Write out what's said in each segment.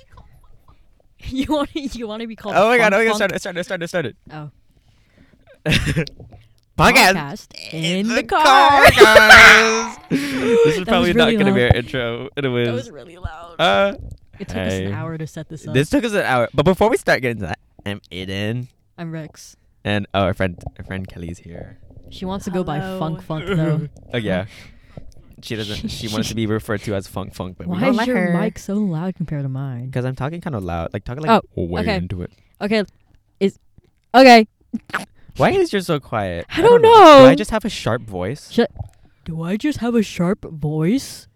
you want you want to be called? Oh my god! Funk Oh my god! Funk? Start it! Start it! Start it! Start it! Oh, Podcast podcast in the, car. guys. this is was probably really not going to be loud. our intro. It was. That was really loud. uh, it took us hey. an hour to set this up. this took us an hour, but before we start getting to that, I'm Aiden, I'm Rex. and oh, our friend, our friend Kelly's here. She wants to go by Hello. Funk Funk though. Oh yeah, she doesn't. She wants to be referred to as Funk Funk, but Why don't is let your her. mic so loud compared to mine? because I'm talking kind of loud, like talking like Oh, way okay. into it. Okay, is okay. Why is yours so quiet? I don't Do I know. just have a sharp voice? Shut. Do I just have a sharp voice?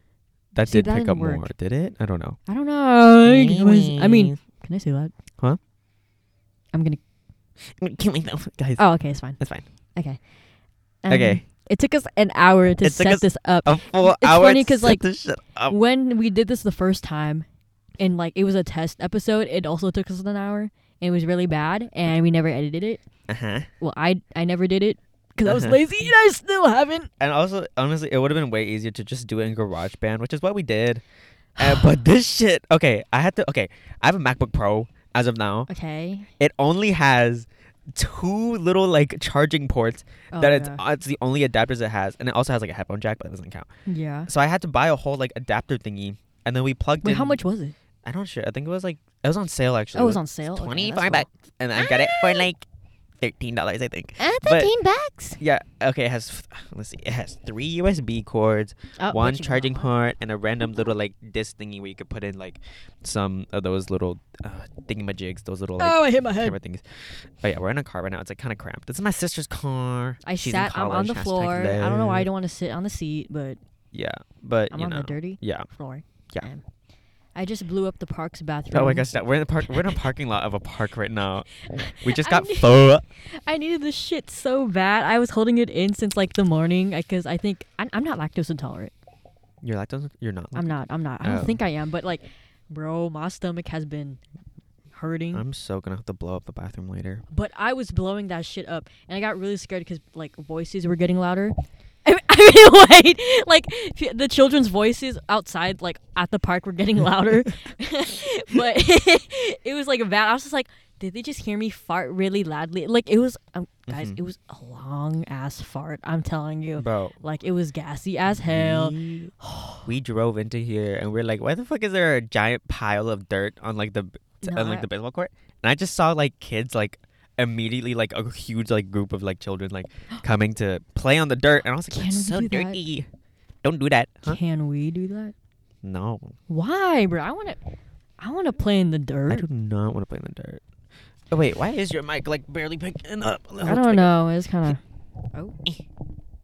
that See, did that pick didn't up work. more, did it? I don't know. I don't know. I just was- I mean, can I say that? Huh? I'm gonna. Kill myself, guys. Oh, okay, it's fine. That's fine. Okay. Okay. It took us an hour to It took set us this up. A full It's hour. funny to 'cause, set like, this shit up. when we did this the first time and like it was a test episode it also took us an hour and it was really bad and we never edited it Uh-huh. well i i never did it because i was Uh-huh. lazy and i still haven't And also, honestly, it would have been way easier to just do it in GarageBand, which is what we did. Uh, but this shit, okay, I had to. Okay, I have a MacBook Pro as of now. okay It only has two little like charging ports oh, that it's yeah. uh, it's the only adapters it has, and it also has like a headphone jack, but that doesn't count. yeah So I had to buy a whole like adapter thingy, and then we plugged wait in. how much was it I don't sure. I think it was like it was on sale actually. oh it was on sale Okay, that's twenty cool. five bucks, and I got it for like thirteen dollars, I think. Ah, But- 13 bucks Yeah. Okay. It has. Let's see. It has three USB cords, Oh, one what you charging got? port, and a random little like disc thingy where you could put in like some of those little uh, thingamajigs, those little like oh i hit my head camera things. But yeah, we're in a car right now. It's like kind of cramped. This is my sister's car. i She's in sat i'm on college, the hashtag floor i don't know why i love. don't want to sit on the seat but Yeah, but i'm you on know. the dirty Yeah. floor Yeah. Um, i just blew up the park's bathroom Oh my gosh, that- we're in the park. We're in a parking lot of a park right now. We just I got knew- full. I needed this shit so bad. I was holding it in since like the morning because I think I'm, I'm not lactose intolerant. You're lactose. You're not. I'm not. I'm not. I don't Oh. think I am. But like, bro, my stomach has been hurting. I'm so gonna have to blow up the bathroom later. but I was blowing that shit up, and I got really scared because like voices were getting louder. I mean- I mean, wait, like f- the children's voices outside, like at the park, were getting louder. but it was like bad. I was just like, did they just hear me fart really loudly? Like it was, um, guys, Mhm. it was a long ass fart. I'm telling you, Bro, like it was gassy as hell. We, we drove into here and we're like, why the fuck is there a giant pile of dirt on like the b- t- No, on, like I- the baseball court? And I just saw like kids like immediately like a huge like group of like children like coming to play on the dirt and I was like, Can we that's so do that? dirty. Don't do that. Huh? Can we do that? No, Why, bro? I want to, I want to play in the dirt. I do not want to play in the dirt. Oh, wait, why is your mic like barely picking up? I don't know. It's kind of. Oh.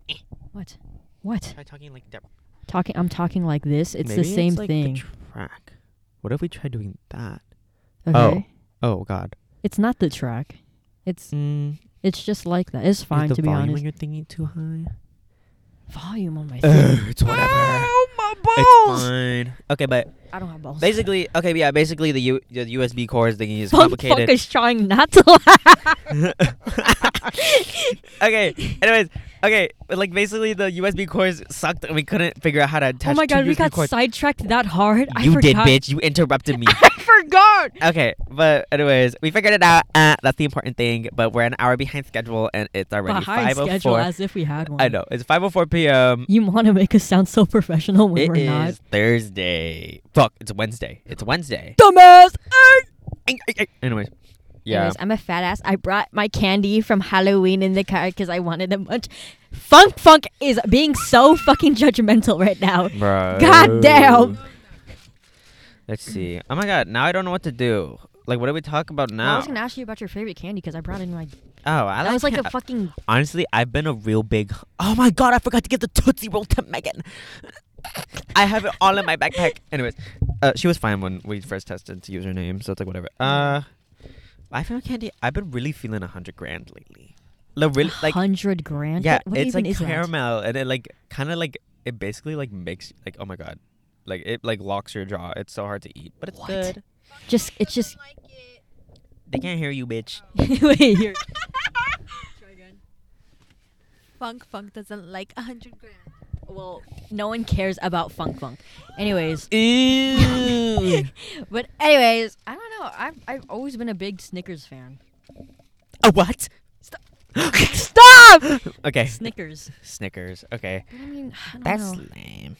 Eh. What? What? Try talking like that. Talking. I'm talking like this. It's Maybe the same like, thing. track. What if we try doing that? oh. okay. Oh God. It's not the track. It's Mm, it's just like that. It's fine is the to be volume honest. on your thingy too high? Volume on my. Ugh, thing. it's whatever. my It's fine. Okay, but I don't have balls. basically, okay, yeah, basically the, U- the USB cores thingy is Funk Funk complicated. is trying not to laugh. okay. Anyways, okay, but like basically the USB cores sucked and we couldn't figure out how to attach oh my two god, we USB got cords. sidetracked that hard. I you did, forgot. bitch. You interrupted me. I forgot. okay, but anyways, we figured it out. Uh, that's the important thing. But we're an hour behind schedule and it's already Behind schedule, 5:04. as if we had one. I know it's 5:04 p.m. You want to make us sound so professional when It we're not. is Thursday. Fuck, it's Wednesday. It's Wednesday. Dumbass. Anyways, yeah. Anyways, I'm a fat ass. I brought my candy from Halloween in the car because I wanted a bunch. Funk Funk is being so fucking judgmental right now. Bro. God damn. Let's see. Oh my god, now I don't know what to do. Like, what do we talk about I now? was gonna ask you about your favorite candy because I brought in my. oh, I that was like can- a fucking. Honestly, I've been a real big. Oh my god, I forgot to give the Tootsie Roll to Megan. I have it all in my backpack. Anyways, uh, she was fine when we first tested to use her name, so it's like whatever. Uh, I found candy. I've been really feeling a hundred grand lately. Like, really, like hundred grand. yeah, What- what it's even like is that? caramel, and it like kind of like it basically like makes like oh my god, like it like locks your jaw. It's so hard to eat, but it's What? good. Just it's just. They can't hear you, bitch. Wait, you're- Funk Funk doesn't like a hundred grand. well, no one cares about Funk Funk. Anyways, Ew. but anyways, I don't know. know. I've I've always been a big Snickers fan. A what? Stop! Okay. Snickers. Snickers. Okay. But I mean, I don't That's know. lame.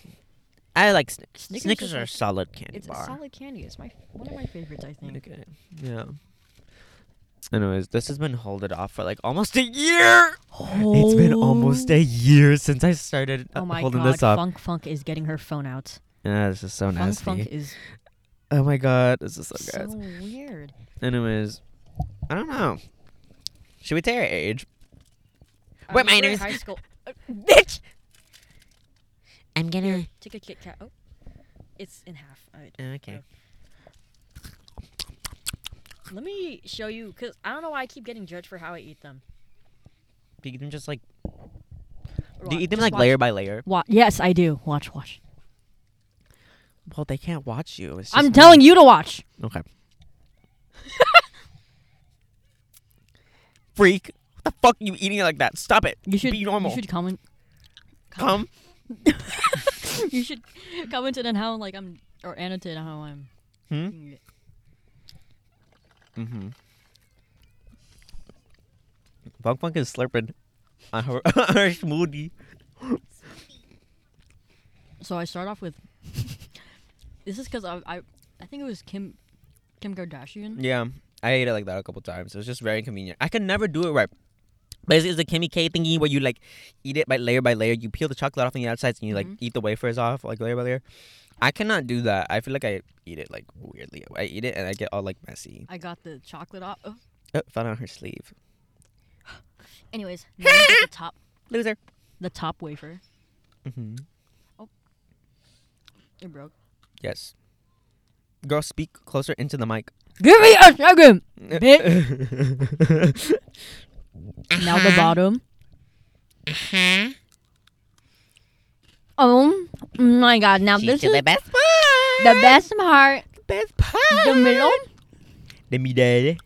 I like Snickers. Snickers Snickers is are like- solid candy It's bar. a solid candy. It's my one of my favorites, I think. Okay. Yeah. Anyways, this has been holded off for like almost a year. It's been almost a year since I started uh, Oh my holding god, this up. Funk Funk is getting her phone out. Yeah, this is so Funk nasty. Funk is oh my god, this is so, so gross. weird. Anyways, I don't know. Should we tell our age? I We're remember Um, in minors. High school. Uh, Bitch. I'm gonna. Take a Kit Kat. Oh, it's in half. All right. Okay. Let me show you, cause I don't know why I keep getting judged for how I eat them. Do you eat them just like? Do Watch- you eat them just like watch. layer by layer? Wa- yes, I do. Watch, watch. Well, they can't watch you. It's I'm just telling me. you to watch. Okay. Freak. What the fuck are you eating it like that? Stop it. You should be normal. You should comment. Come. you should comment it on how like I'm or annotate on how I'm. Hmm? eating it. Mm-hmm. Funk Funk is slurping on her, her smoothie. So I start off with. this is because I, I I think it was Kim Kim Kardashian. Yeah, I ate it like that a couple times. It was just very inconvenient. I could never do it right. Basically, it's a Kimmy K thingy where you like eat it by layer by layer. You peel the chocolate off on the outside and you like Mhm. eat the wafers off like layer by layer. I cannot do that. I feel like I eat it like weirdly. I eat it and I get all like messy. I got the chocolate off. Oh. Oh, fell on her sleeve. Anyways, now we get the top Loser. the top wafer. Mm-hmm. Oh. hmm It broke. Yes. Girl, speak closer into the mic. Give me a second. Um, Bitch. Now the bottom. Uh-huh. Oh my god! Now She's this to is the best part. the best part. Best part. The middle. The middle.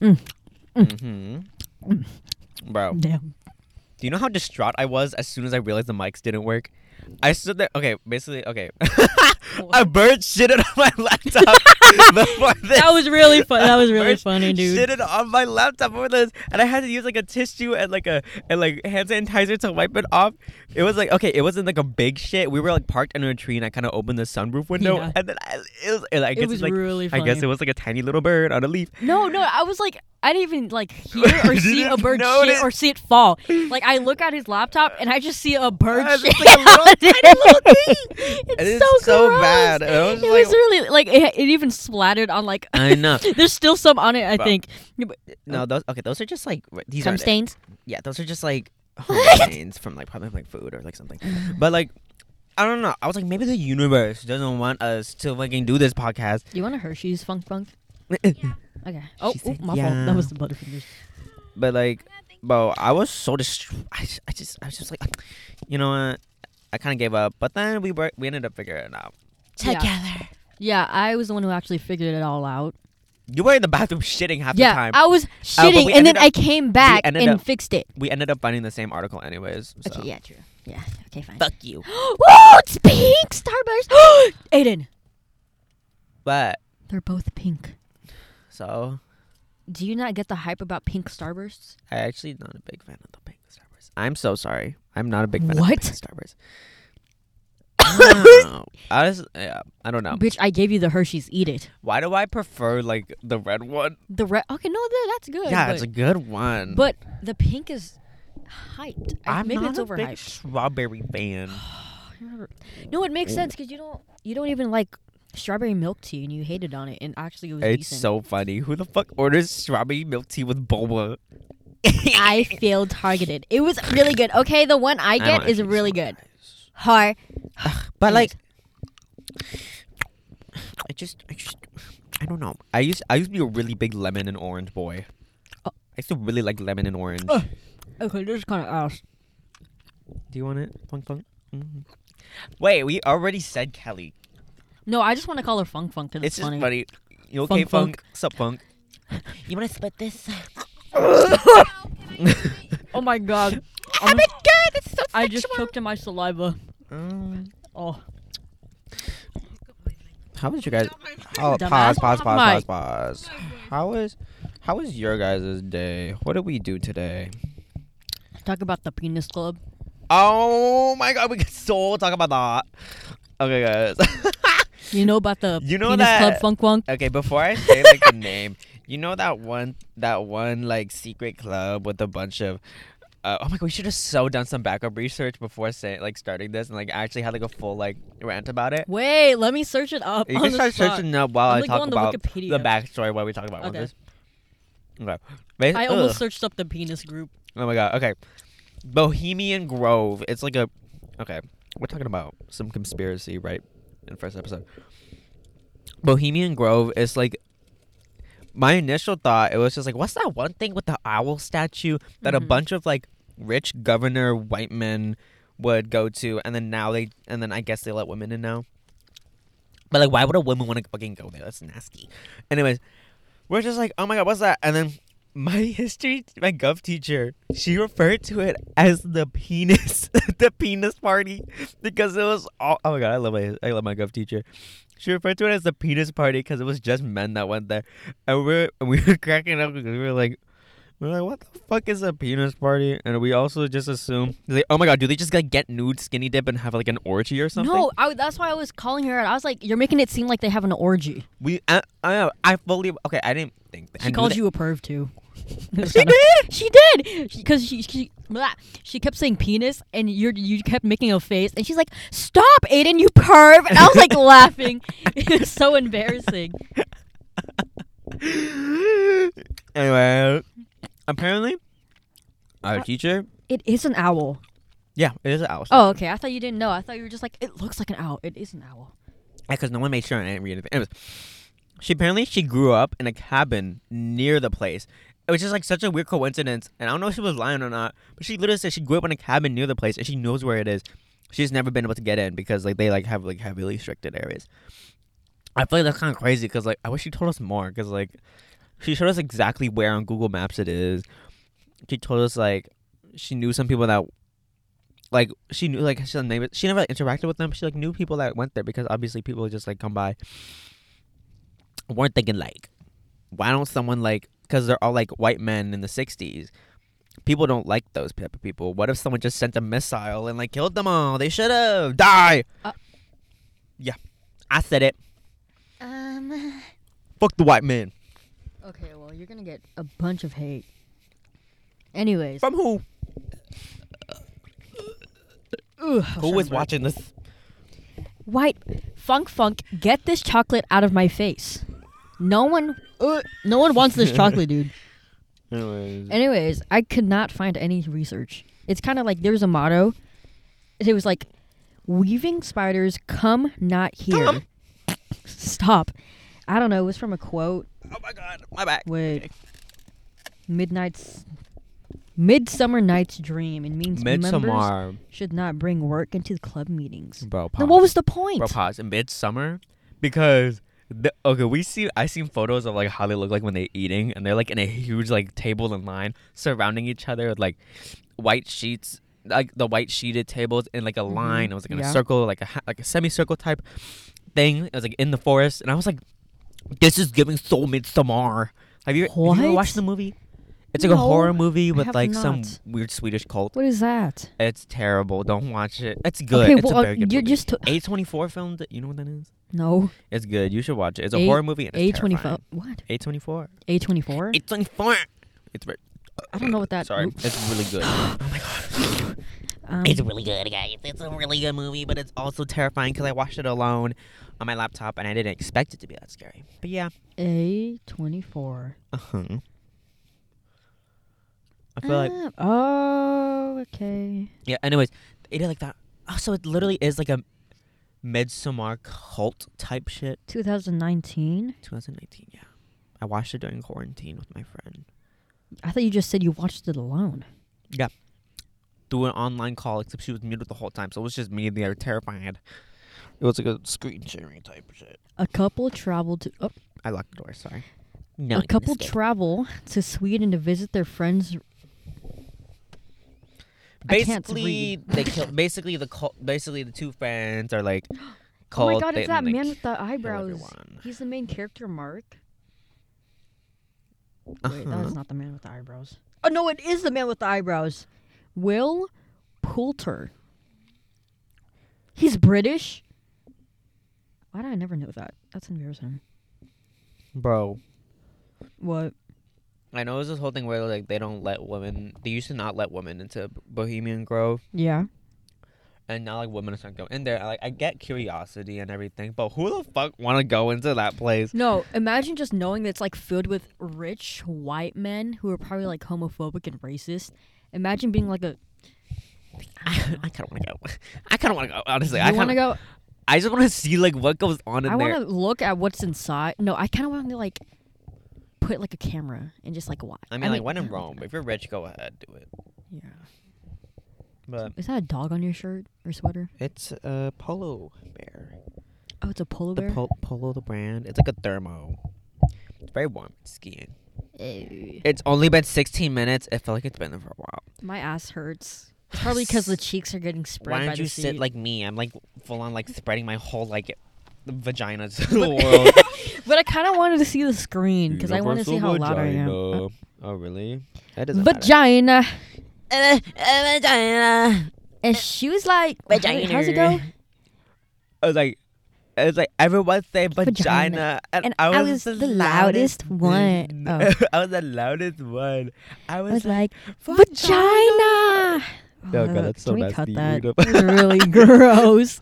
Mm. Mm-hmm. Bro, do Damn. you know how distraught I was as soon as I realized the mics didn't work? I stood there. Okay, basically, okay. a bird shitted on my laptop before this. That was really fun. That was really Bird funny, dude. Shitted on my laptop over this, and I had to use like a tissue and like a and like hand sanitizer to wipe it off. It was like okay, it wasn't like a big shit. We were like parked under a tree, and I kind of opened the sunroof window, Yeah. and then I, it was, and I guess It was it's like really I funny. guess it was like a tiny little bird on a leaf. No, no, I was like, I didn't even like hear or You see a didn't bird notice? shit or see it fall. Like I look at his laptop and I just see a bird Uh, it's shit. like a little on tiny it. little thing. It's And so, it's so gross. bad. And I was it just like- was really like it, it even splattered on like. I know. There's still some on it, I Bro. think. Yeah, but- No, those okay. Those are just like r- these Some aren't it. stains. Yeah, those are just like home stains from like probably from, like food or like something. But like, I don't know. I was like, maybe the universe doesn't want us to fucking do this podcast. Do you want a Hershey's Funk Funk? Okay. Oh, She oh, said my fault. yeah. That was the Butterfingers. But like, bro, I was so distraught. I, s- I just, I was just like, you know what? I kind of gave up. But then we were, we ended up figuring it out. Together. Yeah, I was the one who actually figured it all out. You were in the bathroom shitting half yeah, the time. Oh, I was but shitting we and then ended I up- came back ended and up- fixed it. we ended up finding the same article, anyways. So. Okay, yeah, true. Yeah, okay, fine. Fuck you. Whoa, Oh, it's pink! Starburst! Aiden, But they're both pink. so Do you not get the hype about pink starbursts? I actually not a big fan of the pink Starburst. I'm so sorry. I'm not a big fan What? of the pink Starburst. No. I just, yeah, I don't know. Bitch, I gave you the Hershey's. Eat it. Why do I prefer like the red one? The red. Okay, no, th- that's good. yeah, but, it's a good one. but the pink is hyped. I- I'm Maybe not it's a big overhyped. strawberry fan. No, it makes sense because you don't you don't even like strawberry milk tea, and you hated on it, and actually it was It's decent. so funny. Who the fuck orders strawberry milk tea with boba? I feel targeted. It was really good. Okay, the one I don't get is actually really swear. good. Hi. But Anyways. like, I just, I just, I don't know. I used, I used to be a really big lemon and orange boy. Oh. I used to really like lemon and orange. Ugh. Okay, this is kind of ass. Do you want it? Plunk plunk. Mhm. Wait, we already said Kelly. No, I just want to call her Funk Funk because It's it's, just funny. funny. You okay, Funk, Funk? funk. Sup, Funk? You want to split this? Oh my god. Oh my god, that's so I just choked in my saliva. Oh. How is your guys? Oh, Oh, Dumbass. pause, pause, pause, pause, Mike. pause. How is, how is your guys' day? What did we do today? Talk about the penis club. Oh my god, we can so talk about that. Okay, guys. You know about the You know penis that- club funk wunk. okay, before I say like the name, you know that one, that one like secret club with a bunch of. Uh, oh my god, we should have so done some backup research before saying like starting this and like actually had like a full like rant about it. Wait, let me search it up. You on can the start spot. searching up while I'm i like, go talk on the about Wikipedia. the backstory while we talk about Okay. this. Okay. Bas- I ugh. almost searched up the penis group. Oh my god. Okay. Bohemian Grove. It's like a. Okay. We're talking about some conspiracy, right? In the first episode. Bohemian Grove is like. My initial thought, it was just like, what's that one thing with the owl statue that a Mhm. bunch of like rich governor white men would go to, and then now they, and then I guess they let women in now. But like, why would a woman want to fucking go there? That's nasty. Anyways, we're just like, oh my god, what's that? And then my history, my gov teacher, she referred to it as the penis, the penis party, because it was all. Oh my god, I love my, I love my gov teacher. She referred to it as the penis party because it was just men that went there, and we are we were cracking up because we were like, we are like, what the fuck is a penis party? And we also just assume, like, oh my god, do they just like get nude, skinny dip, and have like an orgy or something? No, I, that's why I was calling her out. I was like, you're making it seem like they have an orgy. We, I, I, I fully okay. I didn't think. That. I She knew called that- you a perv too. She did. She did. Because she she blah. she kept saying penis, and you you kept making a face, and she's like, "Stop, Aiden, you perv!" And I was like laughing. It was so embarrassing. anyway, apparently, Uh, our teacher. It is an owl. Yeah, it is an owl. Oh, okay. I thought you didn't know. I thought you were just like, it looks like an owl. It is an owl. because no one made sure I didn't read anything. Anyways, she apparently she grew up in a cabin near the place. It was just like such a weird coincidence, and I don't know if she was lying or not, but she literally said she grew up in a cabin near the place, and she knows where it is. She's never been able to get in because like they like have like heavily restricted areas. I feel like that's kind of crazy because like I wish she told us more because like she showed us exactly where on Google Maps it is. She told us like she knew some people that like she knew like she never she never like, interacted with them. She like knew people that went there because obviously people would just like come by. Weren't thinking like, why don't someone like because they're all like white men in the '60s. People don't like those type of people. What if someone just sent a missile and like killed them all? They should have die. Uh- yeah, I said it. Um, Fuck the white man. Okay, well, you're gonna get a bunch of hate. Anyways, From who? Ooh, Who is watching this? White Funk Funk, get this chocolate out of my face. No one, uh, no one wants this chocolate, dude. Anyways. Anyways, I could not find any research. It's kind of like there's a motto. It was like, "Weaving spiders come not here." Come. Stop. I don't know. It was from a quote. Oh my god, my back. Wait. Midnight's Midsummer Night's Dream. It means members Midsummer, should not bring work into the club meetings. bro. Then Pause. what was the point? Bro, pause. Midsummer, because the, okay, we see. I seen photos of like how they look like when they're eating, and they're like in a huge like table in line, surrounding each other with like white sheets, like the white sheeted tables in like a line. It was like in a Mm-hmm. Yeah. circle, like a ha- like a semicircle type thing. It was like in the forest, and I was like, this is giving so midsummer. Have you, have you ever What? watched the movie? It's like a No, horror movie I with have like some not. weird Swedish cult. What is that? It's terrible. Don't watch it. It's good. Okay, it's well, a uh, very good you're movie. just t- A24 filmed it. You know what that is? No. It's good. You should watch it. It's a A- horror movie and A it's twenty terrifying. five. What? A24. A twenty four. A24. It's very, I don't know what that. sorry. oop, It's really good. Um, it's really good, guys. It's a really good movie, but it's also terrifying because I watched it alone on my laptop and I didn't expect it to be that scary. But yeah. A twenty four. Uh-huh. I feel Uh. like oh, okay. Yeah. Anyways, it is like that. Oh, so it literally is like a Midsommar cult type shit. 2019. 2019. Yeah, I watched it during quarantine with my friend. I thought you just said you watched it alone. Through an online call, except she was muted the whole time, so it was just me and the other terrified. It was like a screen sharing type shit. A couple traveled to oh, I locked the door. Sorry. No, I a can couple escape. travel to Sweden to visit their friends. I can't basically, read. they kill. Basically, the cult. Basically, the two friends are like called oh my god, it's They that man Lynch. with the eyebrows. everyone. He's the main character, Mark. Wait, that Uh-huh. is not the man with the eyebrows. Oh no, it is the man with the eyebrows. Will Poulter. He's British. Why did I never know that? That's embarrassing. Bro, What? I know there's this whole thing where like they don't let women. They used to not let women into Bohemian Grove, Yeah. and now like women are starting to go in there. Like I get curiosity and everything, but who the fuck want to go into that place? No, imagine just knowing that it's like filled with rich white men who are probably like homophobic and racist. Imagine being like a. I kind of want to go. I kind of want to go. Honestly, I I want kind to of. go. I just want to see like what goes on in I there. want to look at what's inside. No, I kind of want to like put like a camera and just like watch. I mean, like when in Rome, if you're rich, go ahead, do it. Yeah. But Is that a dog on your shirt or sweater? it's a polo bear. Oh, it's a polo The bear. pol- polo, the brand. It's like a thermo. It's very warm. It's skiing. Ew. It's only been 16 minutes. I feel like it's been there for a while. My ass hurts. It's probably because the cheeks are getting spread. Why by don't the you sit seat. like me? I'm like full on like spreading my whole like vagina to the world. But I kind of wanted to see the screen because I want to see how loud I am. Uh, Oh really? That doesn't matter. Vagina. Uh, uh, vagina. And she was like, vagina. How's it go? I was like, I was like everyone say vagina, Vagina. and, And I was the loudest one. Oh. I was the loudest one. I I was, was like, vagina. vagina. Oh, God, that's so Can we nasty. cut You that? don't- That's really gross.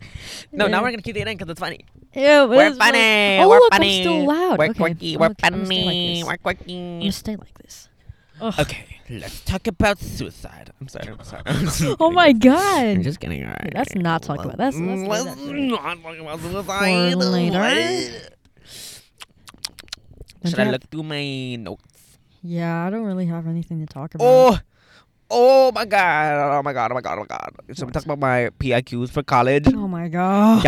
no, now we're gonna keep it in because it's funny. Yeah, We're funny. oh, we're look, funny. I'm still loud. We're okay, quirky. I'm We're okay, I'm gonna stay like this. funny. We're I'm gonna quirky. stay like this. Okay, let's talk about suicide. I'm sorry. I'm sorry. I'm just Oh kidding. my I'm god. just kidding. All right. let's not talk about- let's- let's leave let's that for- not talk about suicide. later. Should I look through my notes? Yeah, I don't really have anything to talk about. Oh, oh my god! Oh my god! Oh my god! Oh my god! Should we talk about my PIQs for college? Oh my god.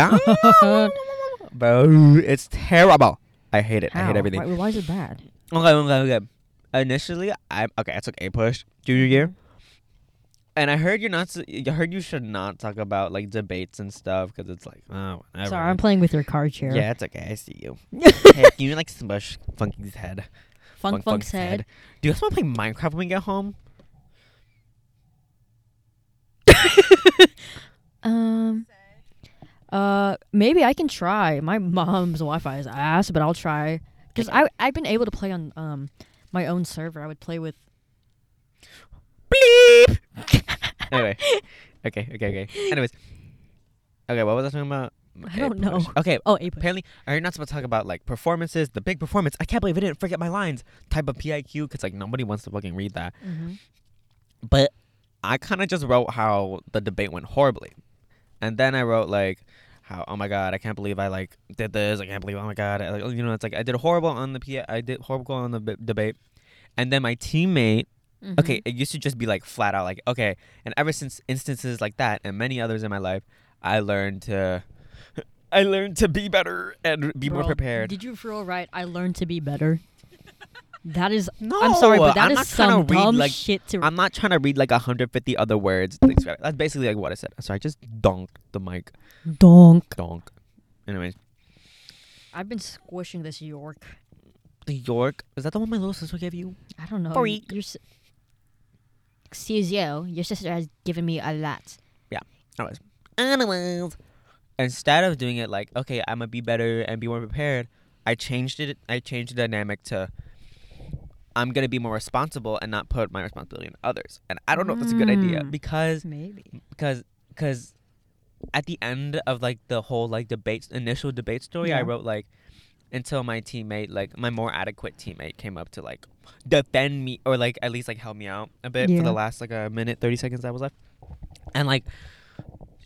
Yeah. Bro, it's terrible. I hate it. I How? hate everything. Why, why is it bad? Okay, okay, okay. Initially, I okay. I took A push junior year, and I heard you're not. s- I heard you should not talk about like debates and stuff because it's like oh. whatever. Sorry, I'm playing with your car chair. yeah, it's okay. I see you. hey, can you like smush Funky's head? Funk Funk Funk's head. Do you guys want to play Minecraft when we get home? Um. Uh, maybe I can try. My mom's Wi-Fi is ass, but I'll try. Cause I I've been able to play on um my own server. I would play with Bleep. anyway, okay, okay, okay. Anyways, okay. What was I talking about? I Okay, don't know. push. Okay, oh Apex. Apparently, are you not supposed to talk about like performances, the big performance? I can't believe I didn't forget my lines. Type of PIQ because like nobody wants to fucking read that. Mhm. But I kind of just wrote how the debate went horribly, and then I wrote like how oh my god I can't believe I like did this. I can't believe oh my god I, like, you know it's like I did horrible on the P I did horrible on the b- debate, and then my teammate Mm-hmm. Okay, it used to just be like flat out like okay, and ever since instances like that and many others in my life, I learned to I learned to be better and be more Bro, prepared. Did you feel right? I learned to be better. That is. No, I'm sorry, but that I'm is not trying some to read dumb like shit to. I'm not trying to read like 150 other words. Things like that. That's basically like what I said. So I just donked the mic. donk. Donk. Anyways, I've been squishing this York. the York is that the one my little sister gave you? I don't know. Freak. Your, s Excuse you. Your sister has given me a lot. Anyways, anyways, instead of doing it like okay, I'm gonna be better and be more prepared, I changed it. I changed the dynamic to I'm gonna be more responsible and not put my responsibility on others. And I don't know if that's a good idea Mm. because Maybe. because because at the end of like the whole like debate initial debate story, I Yeah. wrote like until my teammate like my more adequate teammate came up to like defend me or like at least like help me out a bit for Yeah. the last like a minute 30 seconds that was left and like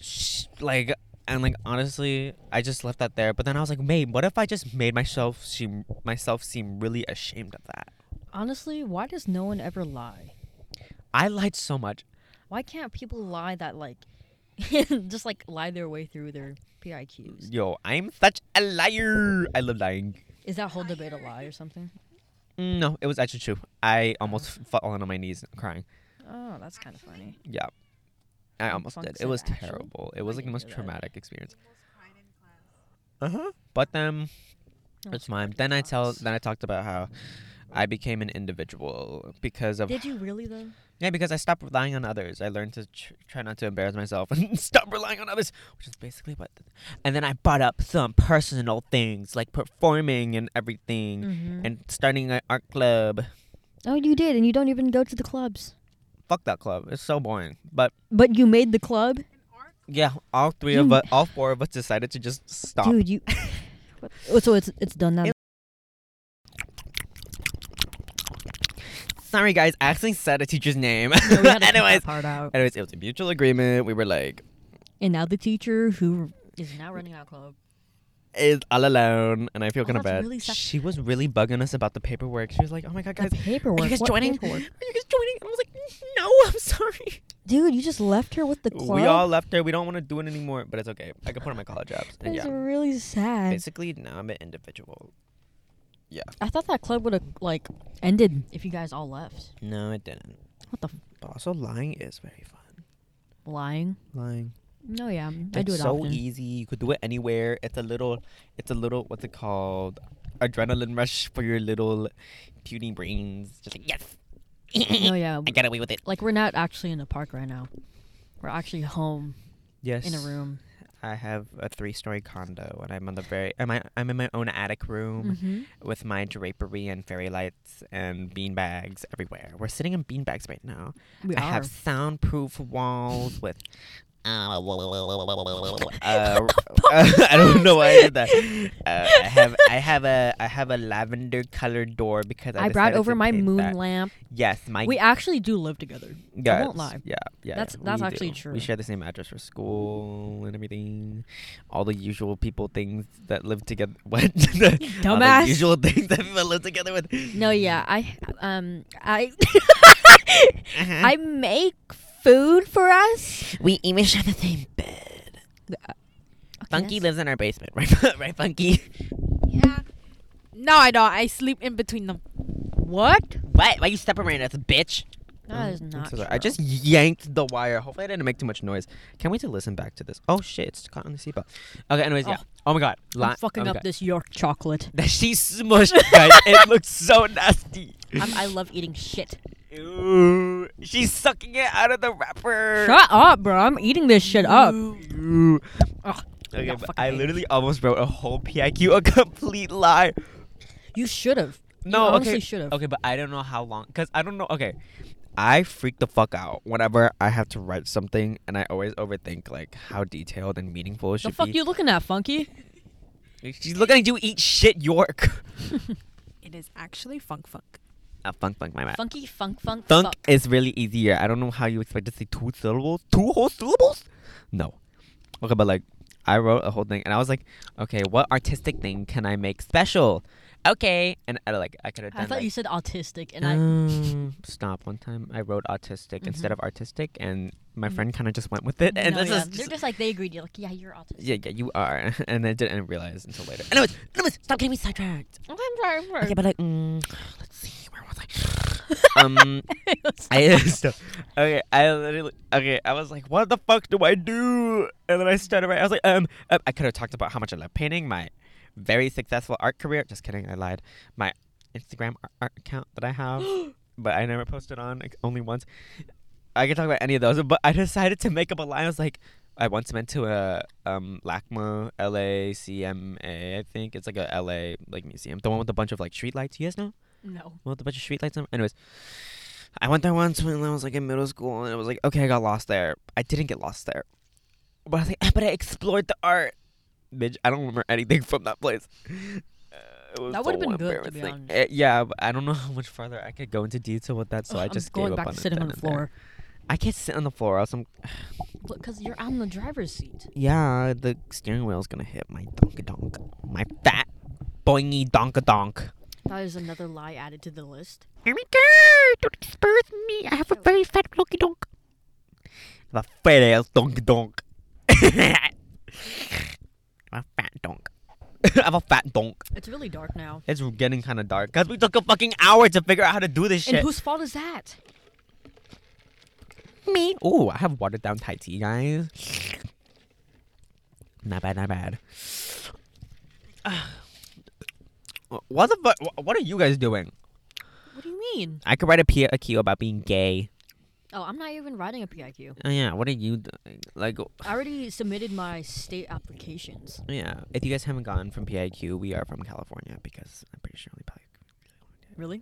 sh- like and like honestly i just left that there but then i was like babe what if i just made myself seem myself seem really ashamed of that Honestly, why does no one ever lie? i lied so much Why can't people lie that like, just like lie their way through their PIQs? yo i'm such a liar i love lying Is that whole debate a lie or something? Mm, No, it was actually true. I almost f- fallen on my knees crying. Oh, that's kind of funny. Yeah, I almost Funk did. It said was actually? terrible. It was I like didn't the most know that. traumatic experience. Uh huh. But then Oh it's my mine. Then I tell. goodness. Then I talked about how I became an individual because of Did you really though? yeah because I stopped relying on others. I learned to tr- try not to embarrass myself and stop relying on others, which is basically what. and then I brought up some personal things like performing and everything, Mm-hmm. and starting an art club. oh, you did, and you don't even go to the clubs. Fuck that club. It's so boring. But But you made the club, yeah, all three of You- us, all four of us, decided to just stop. Hmm. dude. You. What- oh, so it's it's done now. It- Sorry, guys. I actually said a teacher's name. No, we had to cut anyways, that part out. anyways, it was a mutual agreement. We were like, And now the teacher who is now running our club. is all alone, and I feel Oh, kind of that's bad. really sad. she was really bugging us about the paperwork. She was like, "Oh my god, guys, the paperwork. are you guys what joining? paperwork? Are you guys joining?" And I was like, "No, I'm sorry." Dude, you just left her with the club. We all left her. We don't want to do it anymore, but it's okay. I can put on my college apps. And That's yeah, really sad. basically now I'm an individual. I thought that club would have like ended if you guys all left. No, it didn't. What the f- But also, lying is very fun. lying? Lying. No, yeah, It's I do it so often. easy. You could do it anywhere. It's a little, it's a little, what's it called? Adrenaline rush for your little puny brains. Just like, yes, no, yeah, I got away with it. like we're not actually in the park right now. We're actually home Yes. in a room. I have a three-story condo, and I'm on the very. I'm I'm in my own attic room Mm-hmm. with my drapery and fairy lights and bean bags everywhere. We're sitting in bean bags right now. We I are. have soundproof walls with. Uh, uh, I don't know why I did that. Uh, I have I have a I have a lavender colored door because I, I brought decided over to my paint moon that. lamp. Yes, my We actually do live together. yes, won't lie. Yeah, yeah. That's- yeah, that's we actually do. true. We share the same address for school and everything. All the usual people things that live together. What All dumbass. the usual things that people live together with. No, yeah, I um I Uh-huh. I make food for us. we even share the same bed. uh, Okay, Funky that's- lives in our basement, right? right, Funky. Yeah. No, I don't. I sleep in between them. What? What? Why you step around us, bitch? That is not. so true. sorry. Um, I just yanked the wire. Hopefully, I didn't make too much noise. Can't wait to listen back to this. Oh shit, it's caught on the seatbelt. Okay, anyways, yeah. Oh my god, I'm Li- fucking oh my up God. this York chocolate. That she smushed, guys. it looks so nasty. I'm, I love eating shit. Ew. She's sucking it out of the wrapper. Shut up, bro. I'm eating this shit up. Ew. Ugh, Okay, y'all but fucking I hate literally almost wrote a whole PIQ, a complete lie. You should have. No, honestly okay. should've. Okay, but I don't know how long cuz I don't know. Okay. I freak the fuck out whenever I have to write something and I always overthink like how detailed and meaningful it The should fuck be. you looking at, Funky? She's looking at you eat shit York. It is actually funk funk. uh, funk funk my bad. Funk, Funky, funk, funk, fuck. is really easier. I don't know how you expect to say two syllables, two whole syllables? No. Okay, but like I wrote a whole thing and I was like, okay, what artistic thing can I make special? Okay, and I, like I could have done I thought like, you said autistic, and Um, stop. One time I wrote autistic instead of artistic, and my friend kind of just went with it. I. And Mm-hmm. no, this yeah. is They're just just, like they agreed. You're like, yeah, you're autistic. yeah, yeah, you are. And I didn't realize until later. Anyways, anyways, stop getting me sidetracked. I'm sorry. I'm sorry. Okay, but like, mm, let's see, where was I? um, I stop. Okay, I literally. Okay, I was like, what the fuck do I do? And then I started. Right, I was like, um, um, I could have talked about how much I love painting. My very successful art career. Just kidding, I lied. My Instagram art, art account that I have, but I never posted on. like, Only once. I could talk about any of those, but I decided to make up a line. I was like, I once went to a um LACMA, L A C M A, I think it's like a L A like museum, the one with a bunch of like street lights. You guys know? No. Well, the bunch of streetlights. on- Anyways, I went there once when I was like in middle school, and it was like, okay, I got lost there. I didn't get lost there, but I was like, "Ah, but I explored the art. Bitch, I don't remember anything from that place. Uh, it was That would've so been good, to be embarrassing. honest. Eh, yeah, but I don't know how much farther I could go into detail with that, so I Ugh, just I'm going gave back up on to it sitting then on the and there. floor I can't sit on the floor, else I'm. because you're on the driver's seat. Yeah, the steering wheel's gonna hit my donka donk, my fat boingy donka donk. That is another lie added to the list. Here we go! Don't expose me. I have a very fat donkey donk. I have a fat ass donkey donk. I'm a fat donk. I'm a fat donk. It's really dark now. It's getting kind of dark because we took a fucking hour to figure out how to do this And shit. whose fault is that? me? Ooh, I have watered down Thai tea, guys. Not bad, not bad. What the fuck? What are you guys doing? What do you mean? I could write a PIQ about being gay. Oh, I'm not even writing a PIQ. Oh, yeah, what are you doing? Like, I already submitted my state applications. yeah. If you guys haven't gotten from PIQ, we are from California because I'm pretty sure we probably. Really?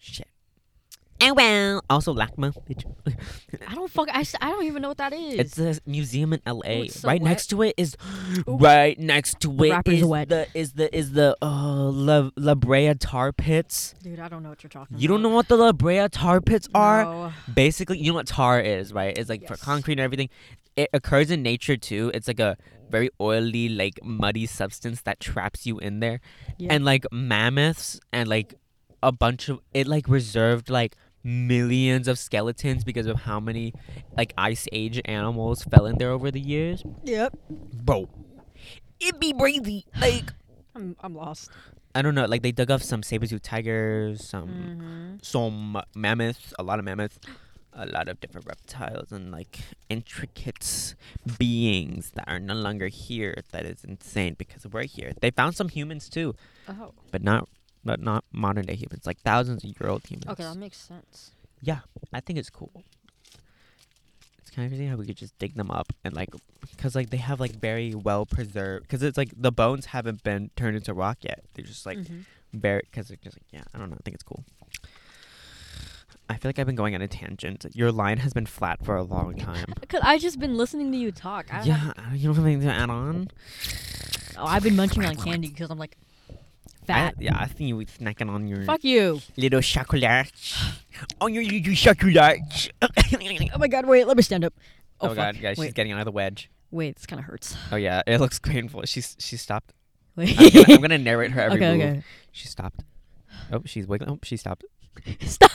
Shit. Oh well. Also, LACMA. bitch. I don't fuck. I, s- I don't even know what that is. It's a museum in LA. it's so right wet. next to it is, right next to it wrapper's is wet. the is the is the uh, La, La Brea tar pits. Dude, I don't know what you're talking. You don't know about. what the La Brea tar pits are? No. basically you know what tar is right it's like for Yes. concrete and everything it occurs in nature too it's like a very oily like muddy substance that traps you in there Yeah. and like mammoths and like a bunch of it like reserved like millions of skeletons because of how many like ice age animals fell in there over the years Yep. bro it'd be crazy like I'm I'm lost. i don't know like they dug up some saber-tooth tigers some Mm-hmm. some mammoth, a lot of mammoth, a lot of different reptiles and like intricate beings that are no longer here. That is insane because we're here. They found some humans too, Oh. but not but not modern day humans, like thousands of year old humans. Okay, that makes sense. yeah, I think it's cool. It's kind of crazy how we could just dig them up and like, cause like they have like very well preserved, cause it's like the bones haven't been turned into rock yet. They're just like Mhm. very because they're just like yeah i don't know i think it's cool i feel like i've been going on a tangent your line has been flat for a long time Cause I just been listening to you talk. I yeah I- you don't have anything to add on Oh, I've been munching on candy because I'm like fat. I, yeah i think you were snacking on your Fuck you. little chocolate on your little chocolate Oh my god, wait, let me stand up. oh, fuck. god guys she's wait, getting out of the wedge wait, this kind of hurts. oh yeah it looks painful she's she stopped Wait. i'm gonna, I'm gonna narrate her every okay, move okay. she stopped oh she's wiggling oh she stopped Stop.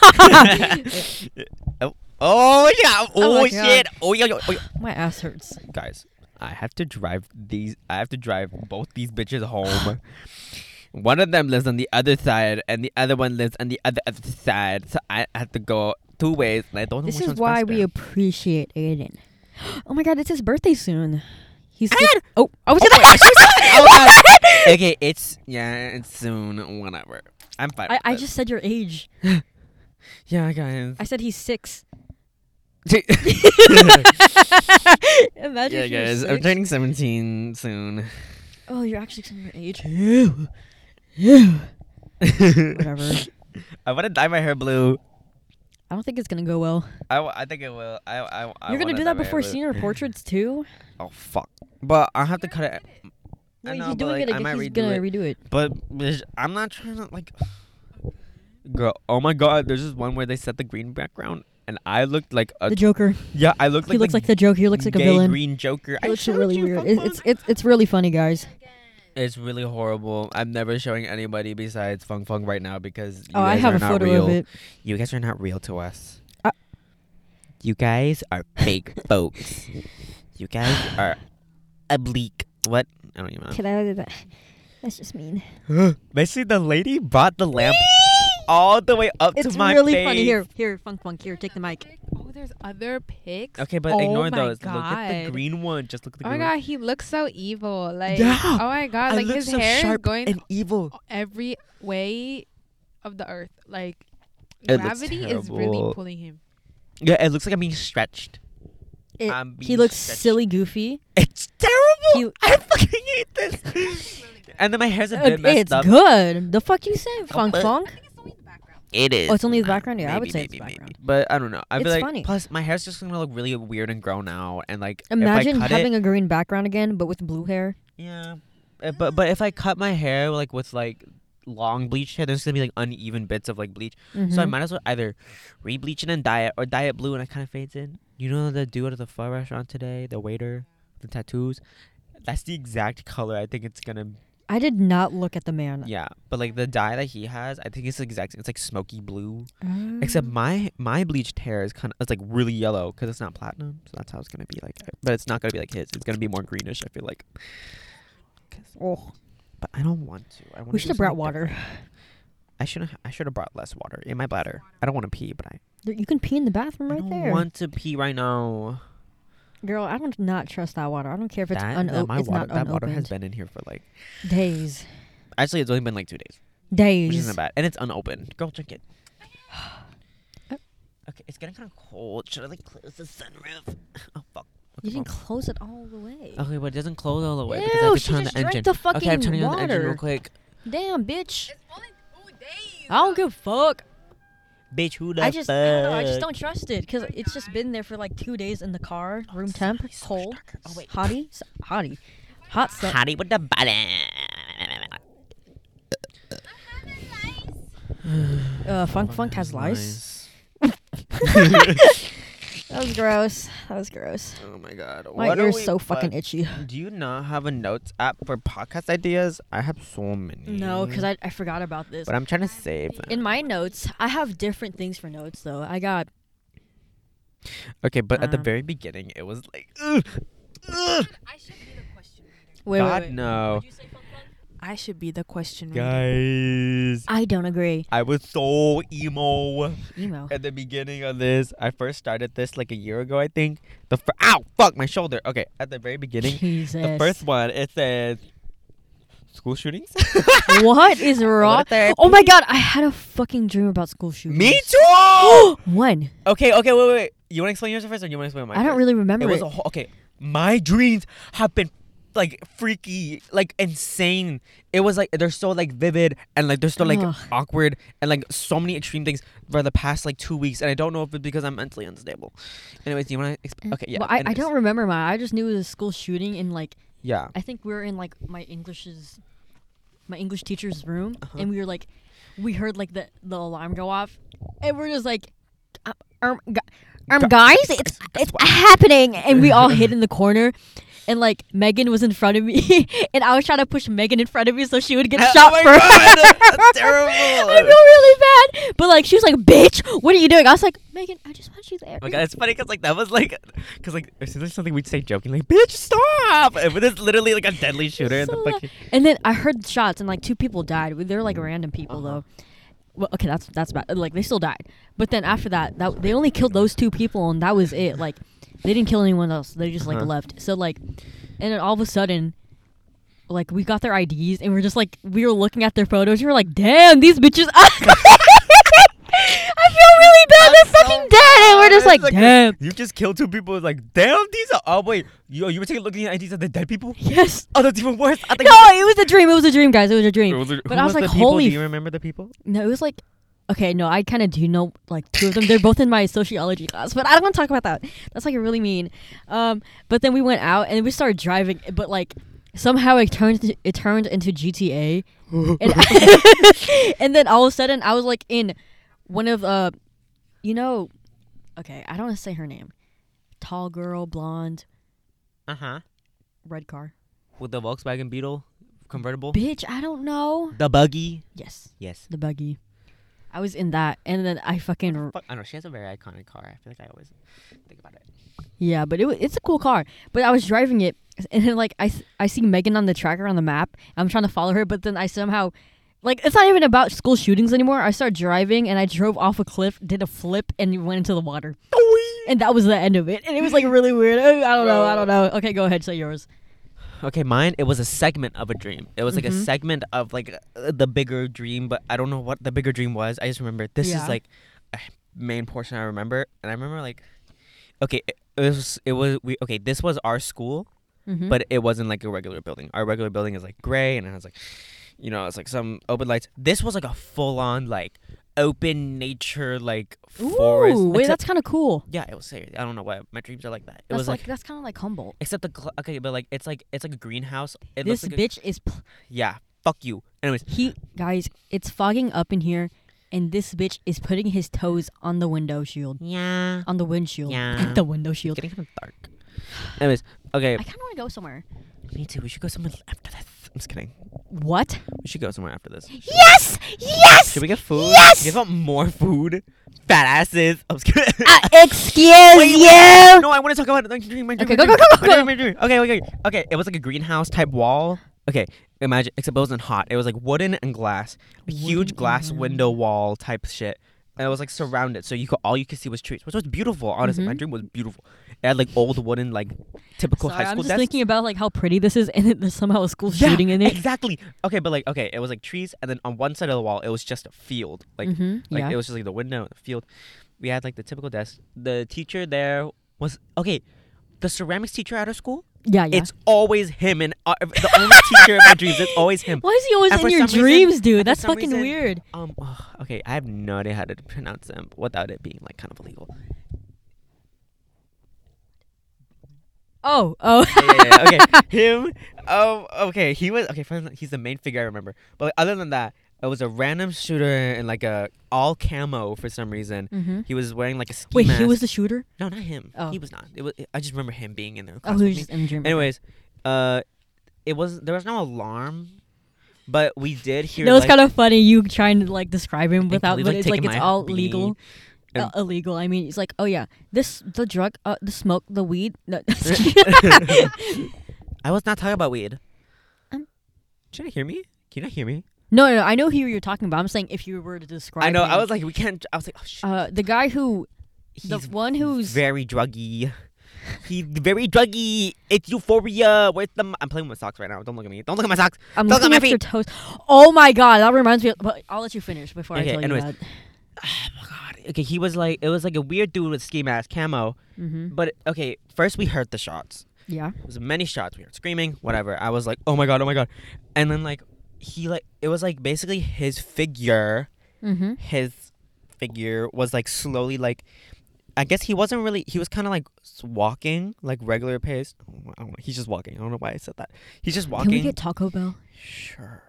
oh, oh yeah Oh oh, my shit oh yeah, yeah, oh yeah my ass hurts. guys, I have to drive these. I have to drive both these bitches home. one of them lives on the other side, and the other one lives on the other, other side. So I have to go two ways, and I don't know This which is one's why faster. we appreciate Aiden. Oh my god, it's his birthday soon. He's just, oh, I was gonna. Oh, God. okay, it's yeah, it's soon. Whatever. I'm fine. I, with I it. just said your age. yeah, guys. I said he's six. Imagine. yeah, if you were guys. I'm six. turning 17 soon. Oh, you're actually saying your age. Whatever. Whatever. I want to dye my hair blue. I don't think it's gonna go well. I, w- I think it will. I, I, I you're gonna wanna do that dye my hair before blue. senior portraits too. Oh fuck! But I have to cut it. I Wait, know, he's but, doing like, it I again. might He's redo gonna it. redo it. But bitch, I'm not trying to like. Girl, oh my god! There's this one where they set the green background, and I looked like a The Joker. yeah. I looked he like looks the like the Joker. He looks like a gay villain. green Joker. It I looks showed really you, weird. It, fuckbug. it's it's it's really funny, guys. It's really horrible. I'm never showing anybody besides Fung Fung right now because you Oh, I guys have are a not photo real. of it. You guys are not real to us. Uh- you guys are fake folks. You guys are oblique. What? I don't even know. That's just mean. Basically, the lady brought the lamp all the way up It's to my really face. funny. Here, here, Funk Funk, here, take the mic. Oh, there's other pics. Okay, but Oh ignore my those. Look at the God. green one. Just look at the Oh my green god, he looks so evil. Like, Yeah, oh my god, I like look his so hair is sharp going one. And evil. every way of the earth. Like, It looks gravity is really terrible. pulling him. Yeah, it looks like I'm being stretched. It- I'm being He looks stretched. silly, goofy. It's terrible. You- I fucking hate this. and then my hair's a Uh, bit messed It's up. good. The fuck you saying, Funk but- Funk? It is. Oh, it's only the Uh, background? Yeah, I would say it's the background. But I don't know. I feel It's like funny. plus my hair's just gonna look really weird and grown out, and like Imagine if I cut having it, a green background again, but with blue hair. yeah. Uh, But but if I cut my hair like with like long bleach hair, there's gonna be like uneven bits of like bleach. So I Mhm. might as well either re-bleach it and dye it, or dye it blue and it kind of fades in. You know the dude at the pho restaurant today, the waiter, the tattoos. That's the exact color I think it's gonna. I did not look at the man. Yeah, but like the dye that he has, I think it's the exact. It's like smoky blue. Uh, Except my my bleached hair is kind of it's like really yellow because it's not platinum, so that's how it's gonna be like. But it's not gonna be like his. It's gonna be more greenish. I feel like. 'Cause- Oh. But I don't want to. I wanna we do should have brought something water. different. I should have. I should have brought less water in my bladder. I don't want to pee, but I, There- You can pee in the bathroom I right don't there. want to pee right now. Girl, I don't not trust that water. I don't care if it's that, unopened. that my it's water, not that unopened. water has been in here for like. days, Actually, it's only been like two days, which days. isn't bad, and it's unopened. Girl, drink it. Uh. Okay, it's getting kind of cold. Should I like close the sunroof? Oh fuck. You Okay, well- didn't close it all the way. Okay, but it doesn't close all the way because I Ew, have to she turn just the drank engine. the okay, I'm fucking turning on the engine real water. quick. Damn, bitch. only two days. I don't give a fuck. Bitch, who the I just, fuck? I don't know. I just don't trust it because it's just been there for like two days in the car, room temp, cold, Oh, wait. hottie, s- hottie, hot set. Hottie with the body. Uh, funk, funk has lice. That was gross. That was gross. Oh my god. My What are ear's we so fucking fuck- itchy. Do you not have a notes app for podcast ideas? I have so many. No, because I, I forgot about this. But I'm trying to save. them. In my notes, I have different things for notes though. I got okay, but at the Um, very beginning, it was like, ugh, ugh. I should be the question reader. wait, God wait, wait. no, I should be the question reader. guys. I don't agree. I was so emo. Emo. at the beginning of this, I first started this like a year ago, I think. The fir- ow, fuck my shoulder. Okay, at the very beginning, Jesus. the first one it says school shootings. what is wrong? What the- Oh my god, I had a fucking dream about school shootings. Me too. when? okay, okay, wait, wait, wait. You want to explain yours first, or you want to explain mine? I don't first? really remember It was it. a whole, okay. My dreams have been like freaky, like insane. It was like they're so like vivid and like they're so like Ugh. awkward and like so many extreme things for the past like two weeks, and I don't know if it's because I'm mentally unstable. Anyways, do you want to? Exp- okay, yeah. Mm, Well, I, I anyways. don't remember mine. I just knew it was a school shooting, and like Yeah. I think we were in like my English's, my English teacher's room, Uh-huh. and we were like, we heard like the the alarm go off, and we're just like, uh, um, gu- Um, guys, it's it's happening. and we all hid in the corner, and like Megan was in front of me, and I was trying to push Megan in front of me so she would get Oh shot my first. God, that's I feel terrible. Oh really bad, but like she was like, "Bitch, what are you doing?" I was like, Megan, I just want you there. Oh my god, it's funny because like that was like, because like as soon as something we'd say joking like, "Bitch, stop!" And But it's literally like a deadly shooter in So the loud. fucking. And then I heard shots, and like two people died. They were like random people Uh-huh. though. Well, okay, that's that's bad. Like they still died, but then after that, that they only killed those two people, and that was it. Like they didn't kill anyone else. They just like Uh-huh. left. So like, and then all of a sudden, like we got their IDs, and we're just like we were looking at their photos. We were like, damn, these bitches. I feel really bad. I'm They're so fucking dead, and we're just like, It's damn. You just killed two people. It's like, damn, these are. Oh wait, you you were taking looking at these are the dead people. Yes. Oh, that's even worse. I No, it was a dream. It was a dream, guys. It was a dream. but I was like, holy Do you remember the people? No, it was like, okay, no, I kind of do know like two of them. They're both in my sociology class, but I don't want to talk about that. That's like really mean. Um, but then we went out and we started driving, but like somehow it turned it turned into GTA, and, and then all of a sudden I was like in one of uh, you know, okay, I don't want to say her name, tall girl, blonde, Uh huh. red car, With the Volkswagen Beetle convertible, bitch, I don't know. the buggy. Yes, Yes. the buggy. I was in that, and then I fucking Fuck, I don't know. She has a very iconic car. I feel like I always think about it. Yeah, but it, wa- it's a cool car. But I was driving it, and then like I, s- I see Megan on the tracker on the map. I'm trying to follow her, but then I somehow, like it's not even about school shootings anymore. I started driving, and I drove off a cliff, did a flip, and went into the water. And that was the end of it. And it was like really weird. I don't know. I don't know. Okay, go ahead, say yours. Okay, mine. It was a segment of a dream. It was like a Mhm. segment of like uh, the bigger dream, but I don't know what the bigger dream was. I just remember this Yeah. is like a main portion I remember, and I remember like, okay, it, it was it was we okay. This was our school, Mm-hmm. but it wasn't like a regular building. Our regular building is like gray, and it has like, you know, it's like some open lights. This was like a full on like open nature like forest. Ooh, wait, except- that's kind of cool. yeah, it was. serious. I don't know why my dreams are like that. It That's was like, like. that's kind of like Humboldt. Except the cl- okay, but like it's like it's like a greenhouse. It This looks like a- bitch is pl- yeah, fuck you. Anyways, he guys. It's fogging up in here, and this bitch is putting his toes on the window shield. yeah, on the windshield. Yeah. the window shield. getting kind of dark. Anyways, okay, I kind of want to go somewhere. me too. We should go somewhere after this. I'm just kidding. What? We should go somewhere after this. Yes, yes. Should we get food? Yes! Give up more food. Fat asses. I'm just kidding. Uh, excuse Wait, you. wait, No, I want to talk about it. My dream, my dream, Okay, my go, go, dream, go, go, my go. dream, my dream. Okay, okay, okay. Okay, it was like a greenhouse type wall. Okay, imagine, except it wasn't hot. It was like wooden and glass, a Wooden huge and glass glass. window wall type shit. And it was like surrounded, so you could all you could see was trees, which was beautiful. Honestly, my Mhm. dream was beautiful. It had like old wooden, like typical Sorry, high I'm school just desks. thinking about like how pretty this is, and then there's somehow a school shooting yeah, in it. Exactly. Okay, but like okay, it was like trees, and then on one side of the wall, it was just a field. Like Mhm, like yeah. it was just like the window, the field. We had like the typical desk. The teacher there was okay. The ceramics teacher at our school, yeah, yeah. it's always him, and uh, the only teacher of my dreams, it's always him. Why is he always and in for your some reason- dreams, and dude? for That's some fucking reason- weird. Um. ugh, okay, I have no idea how to pronounce them without it being like kind of illegal. Oh, oh. yeah, yeah, yeah, okay. Him. Oh, okay. He was okay. Fine, he's the main figure I remember. But other than that, it was a random shooter in like a all camo for some reason. hmm He was wearing like a ski Wait, he mask. was the shooter? no, not him. Oh. He was not. It was. I just remember him being in there. Oh, he was just in a dream. Anyways, uh, it was there was no alarm, but we did hear. No, it's like, kind of funny you trying to like describe him like, without, believe, but like, it's like taking it's my all bean. legal. Uh, illegal. I mean, it's like, oh yeah, this the drug, uh, the smoke, the weed. No, I was not talking about weed. Um. Should I hear me? Can you not hear me? no, no, no, I know who you're talking about. I'm saying if you were to describe. I know. I him. was like, we can't. I was like, oh shit. uh, the guy who, the He's one who's very druggy. He's very druggy. It's euphoria. Where's the? m- I'm playing with my socks right now. Don't look at me. Don't look at my socks. I'm Look looking at my at your feet. toes. Oh my god, that reminds me. Of, but I'll let you finish before Okay, I tell anyways. you that. Oh God. Okay, he was like, it was like a weird dude with ski mask, camo. Mm-hmm. But okay, first we heard the shots. Yeah. It was many shots. We heard screaming, whatever. I was like, oh my god, oh my god. And then like, he like, it was like basically his figure, Mm-hmm. his figure was like slowly like. I guess he wasn't really. He was kind of like s- walking, like regular pace. I don't know- I don't know. He's just walking. I don't know why I said that. He's just Can walking. we get Taco Bell? Sure.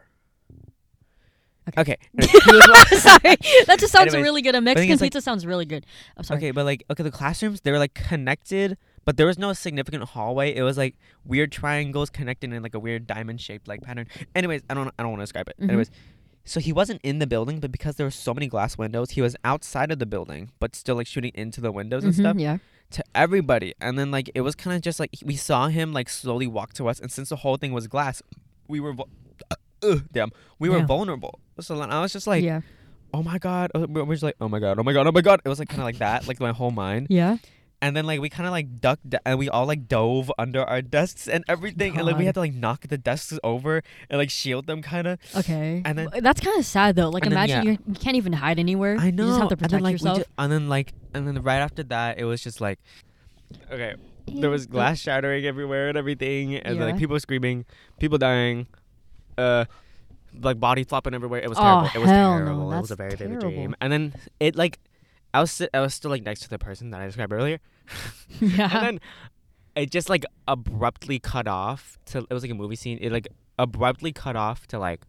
Okay. Okay. anyway, he was wa- sorry, that just sounds Anyways, really good. A thing Mexican is, like- pizza sounds really good. I'm sorry. okay, but like, okay, the classrooms they were like connected, but there was no significant hallway. It was like weird triangles connected in like a weird diamond shaped like pattern. Anyways, I don't, I don't want to describe it. Mhm. Anyways, so he wasn't in the building, but because there were so many glass windows, he was outside of the building, but still like shooting into the windows and Mhm, stuff Yeah. to everybody. And then like it was kind of just like we saw him like slowly walk to us, and since the whole thing was glass, we were, vul- Ugh, damn, we were Yeah. vulnerable. So then I was just like. yeah. oh my god uh, we we're just like oh my god oh my god oh my god it was like kind of like that like my whole mind Yeah. and then like we kind of like ducked d- and we all like dove under our desks and everything and like we God. had to like knock the desks over and like shield them kind of Okay. And then- But That's kind of sad though. Like And then, imagine yeah. you you can't even hide anywhere. i know You just have to and then, protect like, we yourself. ju- and then like and then right after that it was just like okay there was glass shattering everywhere and everything and Yeah. like people screaming people dying uh like body flopping everywhere it was Oh, terrible it was hell no, terrible it was that's a very vivid terrible. dream and then it like i was sit- i was still like next to the person that i described earlier yeah. and then it just like abruptly cut off to it was like a movie scene it like abruptly cut off to like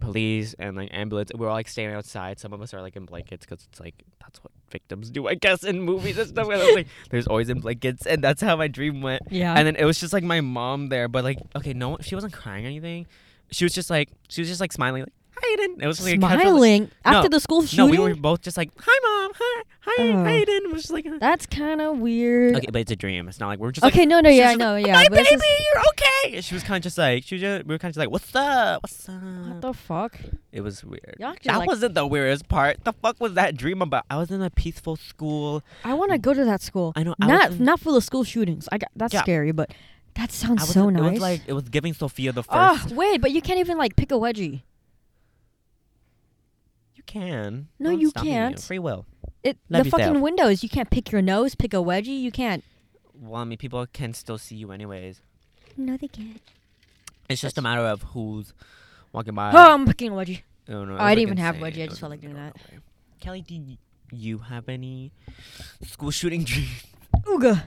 police and like ambulance we were all like standing outside some of us are like in blankets because it's like that's what victims do i guess in movies and stuff and I was like there's always in blankets and that's how my dream went yeah. and then it was just like my mom there but like okay no she wasn't crying or anything she was just like she was just like smiling like hi Aiden it was just, like a casual- Smiling after No, the school no shooting. we were both just like hi mom hi hi Oh. hi Aiden it was just like uh, That's kind of weird. okay but it's a dream it's not like we're just like, Okay, no, no, she was yeah, I just know, like, yeah. My but this baby, is- you're okay. And She was kind of just like she was. Just, we were kind of just like, what's up? What's up? what the fuck? it was weird. Y'all just that like- wasn't the weirdest part. The fuck was that dream about? I was in a peaceful school. I want to go to that school. I know. I Not was in- not full of school shootings. I got that's Yeah. scary, but that I sounds was so in- nice. It was like it was giving Sophia the first. oh wait, but you can't even like pick a wedgie. You can. No, Don't you stop me. can't. Free will. It Love the yourself. fucking windows. You can't pick your nose, pick a wedgie. You can't. Well, I mean, people can still see you anyways. No, they can't. It's just a matter of who's walking by. oh, I'm picking a wedgie. Oh, no, Oh, it was, I like, didn't even have insane. wedgie, I It just was felt like insane. doing I don't know. Kelly, do y- you have any school shooting dreams? Ooga.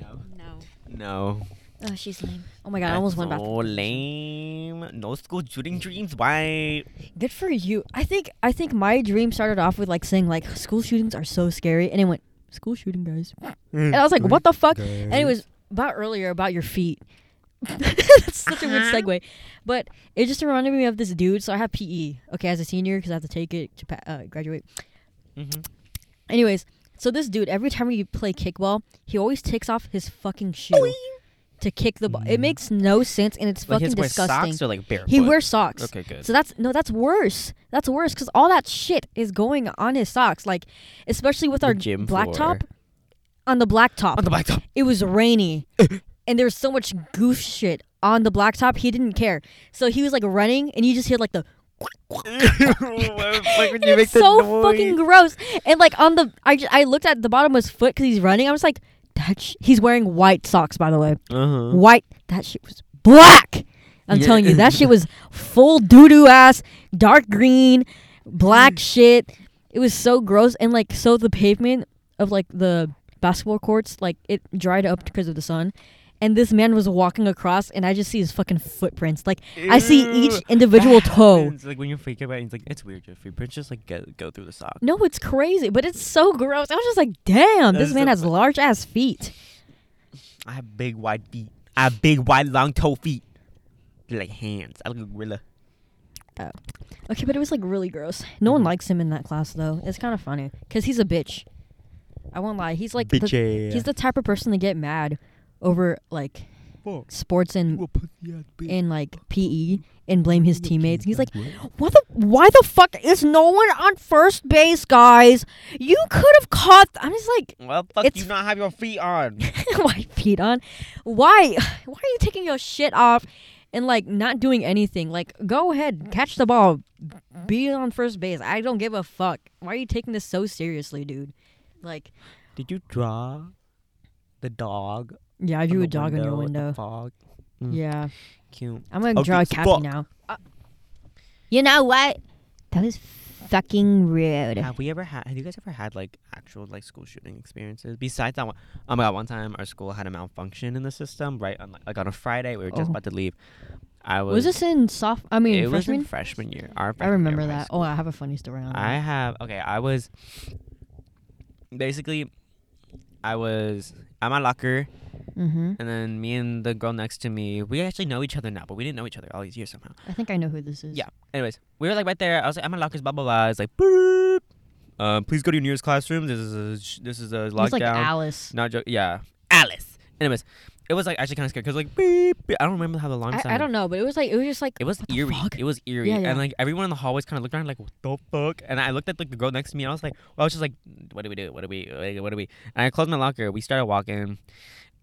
No. No. No. Oh, she's lame. Oh my god, I almost went back. so lame. No school shooting dreams. Why? Good for you. I think I think my dream started off with like saying like school shootings are so scary, and it went school shooting guys, Mm. and I was like, what the fuck? And it was about earlier about your feet. That's such a weird Uh-huh. segue, but it just reminded me of this dude. So I have PE, okay, as a senior because I have to take it to pa- uh, graduate. Mm-hmm. Anyways, so this dude, every time we play kickball, he always takes off his fucking shoe to kick the ball. It makes no sense, and it's Like fucking his wear disgusting. socks or like barefoot. He wears socks. Okay, good. So that's no, that's worse. That's worse because all that shit is going on his socks. Like, especially with The our gym blacktop. floor. on the blacktop. on the blacktop. it was rainy and there was so much goof shit on the blacktop he didn't care so he was like running and you just hear like the Why would you it's make that so noise? fucking gross and like on the i ju- I looked at the bottom of his foot because he's running i was like that sh- he's wearing white socks by the way Uh-huh. white that shit was black i'm Yeah. telling you that shit was full doo-doo ass dark green Mm. black shit it was so gross and like so the pavement of like the basketball courts like it dried up because of the sun and this man was walking across and i just see his fucking footprints like i see each Ew. individual That toe happens, Like when you freak out, it's like it's weird. Your footprints just like go, go through the sock. no it's crazy but it's so gross i was just like damn That this is man so has fu- large ass feet I have big wide feet. I have big wide long toe feet. They're like hands. I look like a gorilla. Oh. okay but it was like really gross Mm-hmm. no one Mhm. likes him in that class though it's kind of funny because he's a bitch i won't lie he's like the- Bitch, he's the type of person to get mad over like sports and in like PE and blame his teammates. He's like, "What the? Why the fuck is no one on first base, guys? You could have caught." I'm just like, Well, fuck It's- you not have your feet on. "Why feet on? Why? Why are you taking your shit off and like not doing anything? Like, go ahead, catch the ball, be on first base. I don't give a fuck. Why are you taking this so seriously, dude? Like, Did you draw the dog? yeah, I drew a dog on your window. Fog. Yeah, Cute. I'm gonna Ugly draw a as cappy fuck. now. You know what? That was fucking rude. Have we ever had? Have you guys ever had like actual like school shooting experiences? Besides that one, oh my god! One time our school had a malfunction in the system. Right on like, like on a Friday, we were just Oh. about to leave. I Was was. this in soft? I mean, it was freshman. in freshman year. Our I freshman year of remember high that. Oh, I have a funny story on I that. have okay. I was basically, I was at my locker, Mm-hmm. and then me and the girl next to me, we actually know each other now, but we didn't know each other all these years somehow. I think I know who this is. Yeah. Anyways, we were like right there. I was like, I'm at lockers, blah blah blah. It's like, boop. Um, please go to your nearest classroom. This is a sh- this is a He's like lockdown. Alice. Not joke. Yeah, Alice. Anyways, it was like actually kind of scary because like beep, beep. I don't remember how the alarm I, sounded. I don't know, but it was like it was just like It was what the eerie. fuck? It was eerie. Yeah, yeah. And like everyone in the hallways kind of looked around like, what the fuck? And I looked at like the girl next to me. And I was like, well, I was just like, "Mm, what do we do? What do we? like, What do we? And I closed my locker. We started walking,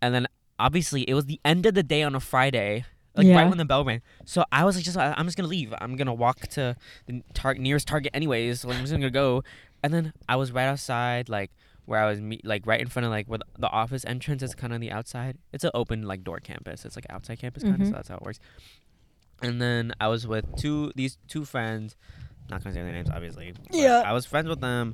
and then obviously it was the end of the day on a Friday. Like Yeah. right when the bell rang, so I was like, "Just I- I'm just gonna leave. I'm gonna walk to the tar- nearest Target anyways. So I'm just gonna go." And then I was right outside, like where I was, meet, like right in front of like where the, the office entrance is, kind of on the outside. It's an open like door campus. It's like outside campus kind of, Mhm. so that's how it works. And then I was with two these two friends. Not gonna say their names, obviously. but Yeah. I was friends with them,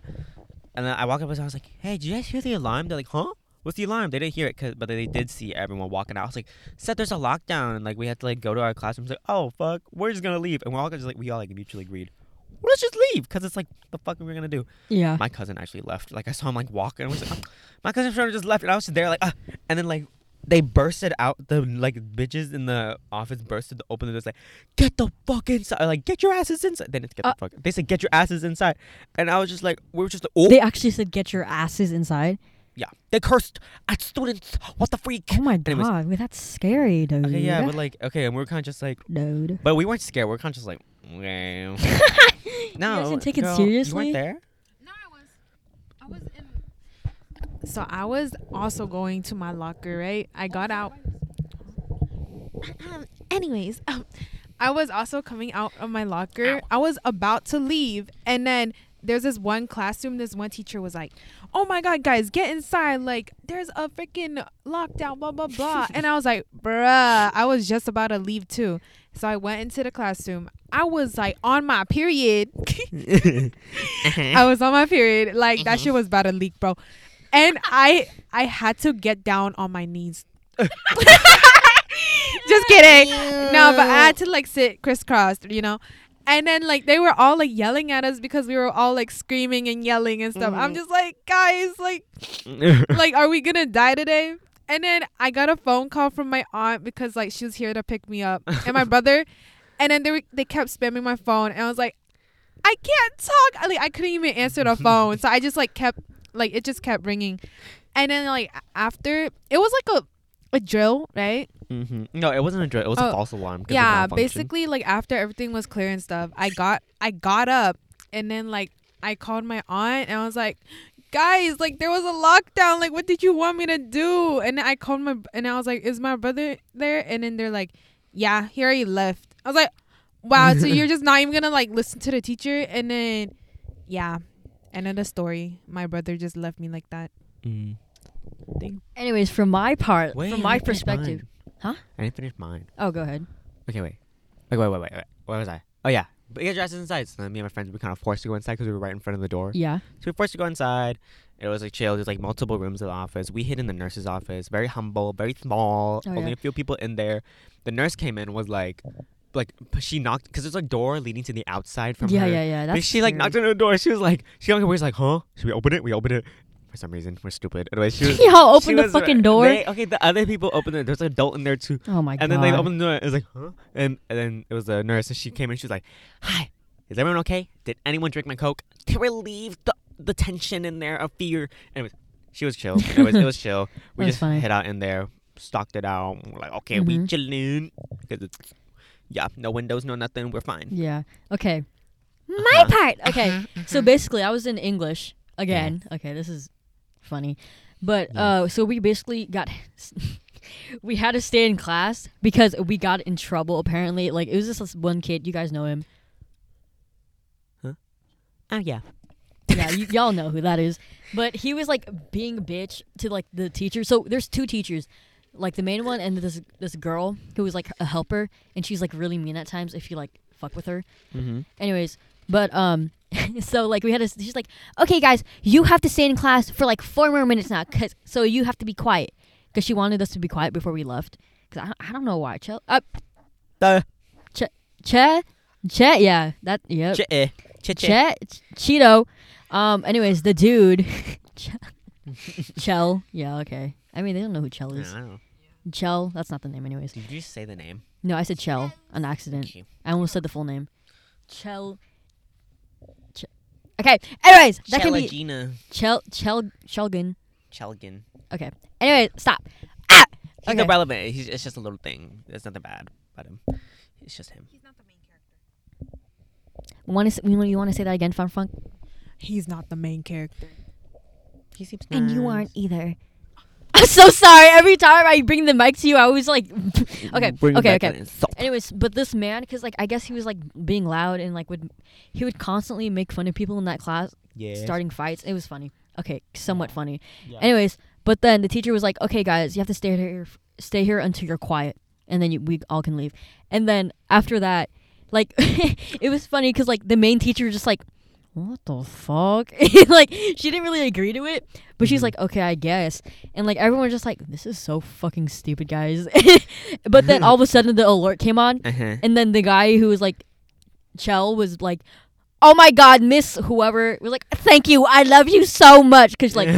and then I walked up and I was like, "Hey, did you guys hear the alarm?" They're like, "Huh? What's the alarm?" They didn't hear it, 'cause- but they did see everyone walking out. I was like, "Said there's a lockdown, and like we had to like go to our classrooms." Like, "Oh fuck, we're just gonna leave," and we're all just like we all like mutually agreed. Well, let's just leave because it's like the fuck are we gonna do? Yeah. My cousin actually left. Like I saw him like walk, and I was like, "Oh." my cousin Fiona just left, and I was just there like, ah. and then like they bursted out the like bitches in the office bursted to open the doors like, get the fuck inside, like get your asses inside. They didn't get Uh, the fuck. They said get your asses inside, and I was just like, we were just like, oh They actually said get your asses inside. yeah, they cursed at students. What the freak? Oh my Anyways. god, wait, that's scary, dude. Okay, yeah, but like okay, and we were kind of just like, dude. but we weren't scared. We were kind of just like, wow. no, didn't take it girl, seriously? You weren't there. No, I was. I was in. So I was also going to my locker, right? I got out. Anyways, um, I was also coming out of my locker. I was about to leave, and then there's this one classroom. This one teacher was like, "Oh my god, guys, get inside! Like, there's a freaking lockdown, blah blah blah." and I was like, "Bruh, I was just about to leave too." So I went into the classroom. I was like on my period. I was on my period. Like that shit was about to leak, bro. And I I had to get down on my knees. Just kidding. No, but I had to like sit crisscrossed, you know. And then like they were all like yelling at us because we were all like screaming and yelling and stuff. I'm just like, guys, like like are we gonna die today? And then I got a phone call from my aunt because like she was here to pick me up and my brother. And then they were, they kept spamming my phone and I was like, I can't talk. I, like I couldn't even answer the phone, so I just like kept like it just kept ringing. And then like after it was like a a drill, right? hmm No, it wasn't a drill. It was Oh, a false alarm. 'cause of yeah malfunction. basically like after everything was clear and stuff i got i got up and then like i called my aunt and i was like guys, like there was a lockdown. Like, what did you want me to do? And I called my and I was like, is my brother there? And then they're like, yeah, he already left. I was like, wow. so you're just not even gonna like listen to the teacher? And then, yeah. End of the story. My brother just left me like that. Mm. Anyways, from my part, Wait, from I my didn't finish perspective. Huh? I didn't finish mine. Oh, go ahead. Okay, wait. Okay, wait, wait, wait, wait. Where was I? Oh yeah, but you guys dressed inside. So then me and my friends we kind of forced to go inside because we were right in front of the door. Yeah. So we were forced to go inside. It was like chill. There's like multiple rooms of the office. We hid in the nurse's office. Very humble, very small. Oh, only yeah. a few people in there. The nurse came in was like, like p- she knocked because there's a door leading to the outside from yeah, her. yeah, yeah. But That's she like scary. knocked on the door. She was like, she like, was like, huh? Should we open it? We open it. For some reason, we're stupid. Anyway, she was. Y'all she opened the was- fucking door. they- okay, the other people opened it. There's an adult in there too. oh my god. And then they opened the door. It was like, huh? And, and then it was the nurse, and she came in. She was like, "Hi, is everyone okay? Did anyone drink my coke to relieve the, the tension in there of fear?" Anyways, she was chill. It was it was chill. That We was just funny. hit out in there, stocked it out. We're like, okay, we Mhm. chilling because it's yeah, no windows, no nothing. We're fine. Yeah. Okay. Uh-huh. My part. Okay. so basically, I was in English again. Okay, this is funny, but Yeah. uh, so we basically got. We had to stay in class because we got in trouble. Apparently, like it was just this one kid. You guys know him. Oh yeah. yeah, y- y'all know who that is. But he was like being a bitch to like the teacher. So there's two teachers, like the main one and this this girl who was like a helper, and she's like really mean at times if you like fuck with her. Mm-hmm. Anyways, but um, so like we had a she's like, okay guys, you have to stay in class for like four more minutes now, cause so you have to be quiet, cause she wanted us to be quiet before we left, cause I don't, I don't know why. Ch uh, Chet, Chet, yeah, that yep. eh, Chet, Cheeto. Um. Anyways, the dude, Ch- Chell. Yeah. Okay. I mean, they don't know who Chell is. Chell. That's not the name, anyways. Did you just say the name? No, I said Chell on accident. Okay. I almost said the full name. Chell. Ch- okay. Anyways, that can be Chelagina Chell. Chell. Chelgan. Chelgin. Okay. Anyways, stop. Ah! He's Okay. not relevant. He's it's just a little thing. There's nothing bad about him. It's just him. Want to? You want to say that again, Fun Funk? He's not the main character. He seems And you Uh, aren't either. I'm so sorry. Every time I bring the mic to you, I always like. okay. Mm, okay. Okay. Anyways, but this man, because like I guess he was like being loud and like would he would constantly make fun of people in that class, Yeah. starting fights. It was funny. Okay, somewhat funny. Yeah. Anyways, but then the teacher was like, "Okay, guys, you have to stay here, stay here until you're quiet, and then you, we all can leave." And then after that, like it was funny because like the main teacher was just like. What the fuck? like she didn't really agree to it, but she's Mhm. like, okay, I guess. And like everyone was just like, this is so fucking stupid, guys. but then all of a sudden the alert came on, Uh huh. and then the guy who was like, Chell was like, "Oh my God, Miss whoever," was like, "Thank you, I love you so much," because like,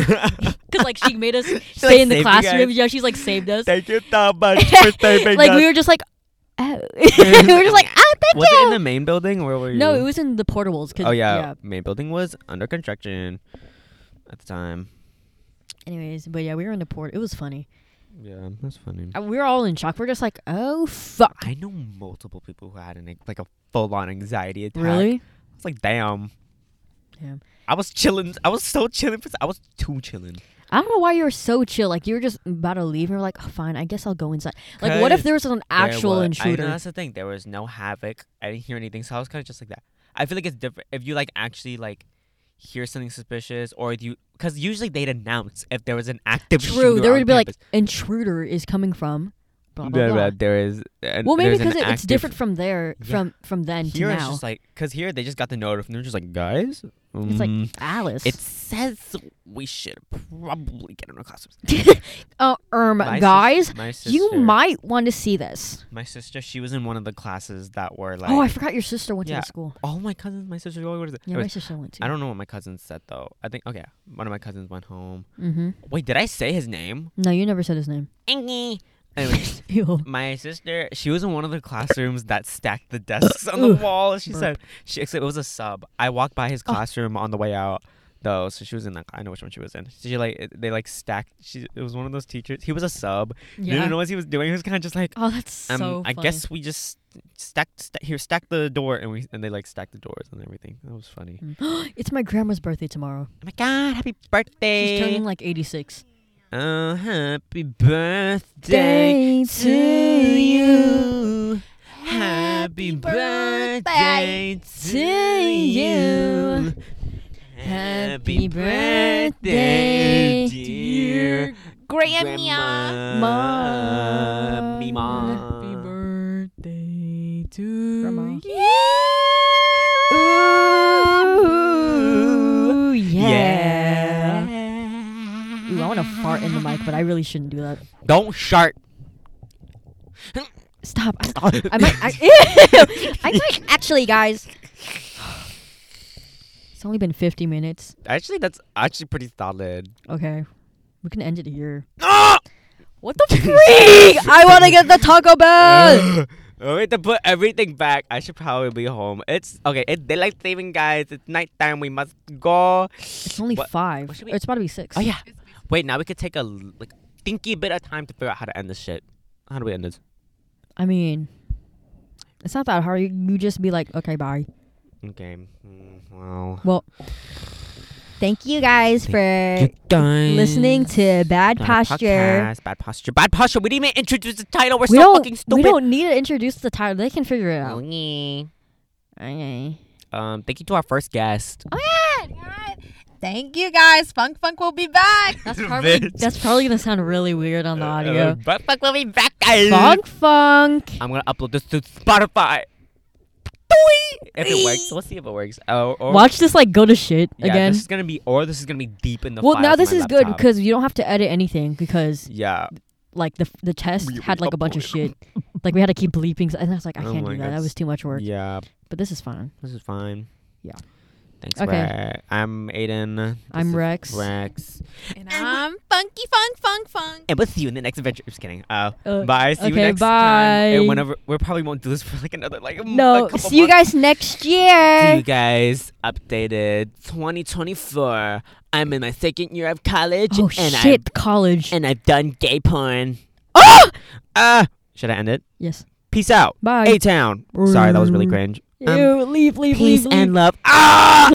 cause like she made us stay like, in saved the you classroom. guys. Yeah, she's like saved us. Thank you so much for saving like us. we were just like, oh. we were just like, "Ah, thank was you." it in the main building or were you? no, it was in the portables. 'cause- Oh yeah. main building was under construction at the time. Anyways, but yeah, we were in the port. It was funny. Yeah, that's funny. Uh, We were all in shock. We're just like, "Oh fuck." I know multiple people who had an like a full on anxiety attack. Really? It's like damn. Damn. I was chilling. I was so chilling. For, I was too chilling. I don't know why you were so chill. Like you were just about to leave, and you're like, oh, "Fine, I guess I'll go inside." Like, what if 'Cause there was an There actual wa- intruder? I know that's the thing. There was no havoc. I didn't hear anything, so I was kind of just like that. I feel like it's different if you like actually like hear something suspicious, or if you because usually they'd announce if there was an active. True. shooter There on would be like campus. intruder is coming from. Blah blah Blah, blah. blah, there is. and Well, maybe there's an because it's active- different from there, Yeah. from from then Here to it's now. just like because here they just got the note and they're just like guys. it's like mm, Alice. it says we should probably get in our costumes. uh, um, My sis- guys, my you sister- might want to see this. My sister, she was in one of the classes that were like. oh, I forgot your sister went to Yeah. the school. all my cousins, my sister, oh, what is it? Yeah, Anyways, my sister went to. I don't know what my cousins said though. I think okay, one of my cousins went home. Mm-hmm. Wait, did I say his name? No, you never said his name. Anyway, Anyways, Ew. my sister, she was in one of the classrooms that stacked the desks on the Oof. wall. She Burp. said she except it was a sub. I walked by his classroom on the way out though, so she was in that. I know which one she was in. She like it- they like stacked. She it was one of those teachers. He was a sub. You Yeah. know what he was doing. He was kind of just like, Oh, that's um, so. I funny. guess we just stack, stack here, stack the door, and we and they like stacked the doors and everything. That was funny. Mm. it's my grandma's birthday tomorrow. Oh my god, happy She's birthday! turning like 86. Oh, happy birthday Day to you. Happy birthday to you. Happy Happy birthday, birthday, dear grandma. Happy Mima. birthday to Grandma. Ooh, yeah. Ooh, I want to fart in the mic, but I really shouldn't do that. Don't shart. Stop. I, I I might. I, ew, I might actually, guys. It's only been 50 minutes. actually, that's actually pretty solid. Okay. We can end it here. Ah! What the freak? I want to get the Taco Bell. Oh, wait to put everything back. I should probably be home. It's okay. It's daylight saving, guys. It's nighttime. We must go. It's only What- five. what should we- Or it's about to be six. Oh yeah. Wait, now we could take a l- like stinky bit of time to figure out how to end this shit. How do we end this? I mean, it's not that hard. You, you just be like, okay, bye. Okay. Mm, well. Well, Thank you guys for guys. listening to Bad Posture. Podcast, bad posture. Bad posture. We didn't even introduce the title. We're we so don't. fucking stupid. We don't need to introduce the title. They can figure it out. Okay. Okay. Um. Thank you to our first guest. Oh yeah. Thank you guys. Funk Funk will be back. That's probably Bitch. that's probably gonna sound really weird on the Uh, audio. but fuck, we'll be back, guys. Funk funk. I'm gonna upload this to Spotify. Doink! If it works, we'll see if it works. Oh, or, Watch this like go to shit yeah, again. This is gonna be, or this is gonna be deep in the. Well, files now on this my is good laptop. because you don't have to edit anything because Yeah. like the the test We- we had like a bunch of uploaded. shit. Like we had to keep bleeping, and I was like, I Oh can't my do that. God. That was too much work. Yeah. But this is fun. This is fine. Yeah. Thanks. Okay. Rex. I'm Aiden. This I'm is Rex. Rex. And I'm Funky Funk Funk Funk. And we'll see you in the next adventure. Just kidding. Uh, Uh, bye. See you okay, next time. bye. And whenever we probably won't do this for like another like a m- a No. couple See you months. guys next See you year. guys updated 2024. I'm in my second year of college. Oh and I'm shit! College. and I've done gay porn. Ah! Uh, should I end it? yes. Peace out. Bye. A Town. Sorry, that was really cringe. Um, Ew, leave, leave, Peace leave, leave. and love. Ah!